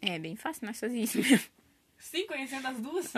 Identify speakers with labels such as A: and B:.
A: É bem fácil nós fazer isso mesmo.
B: Sim, conhecendo as duas.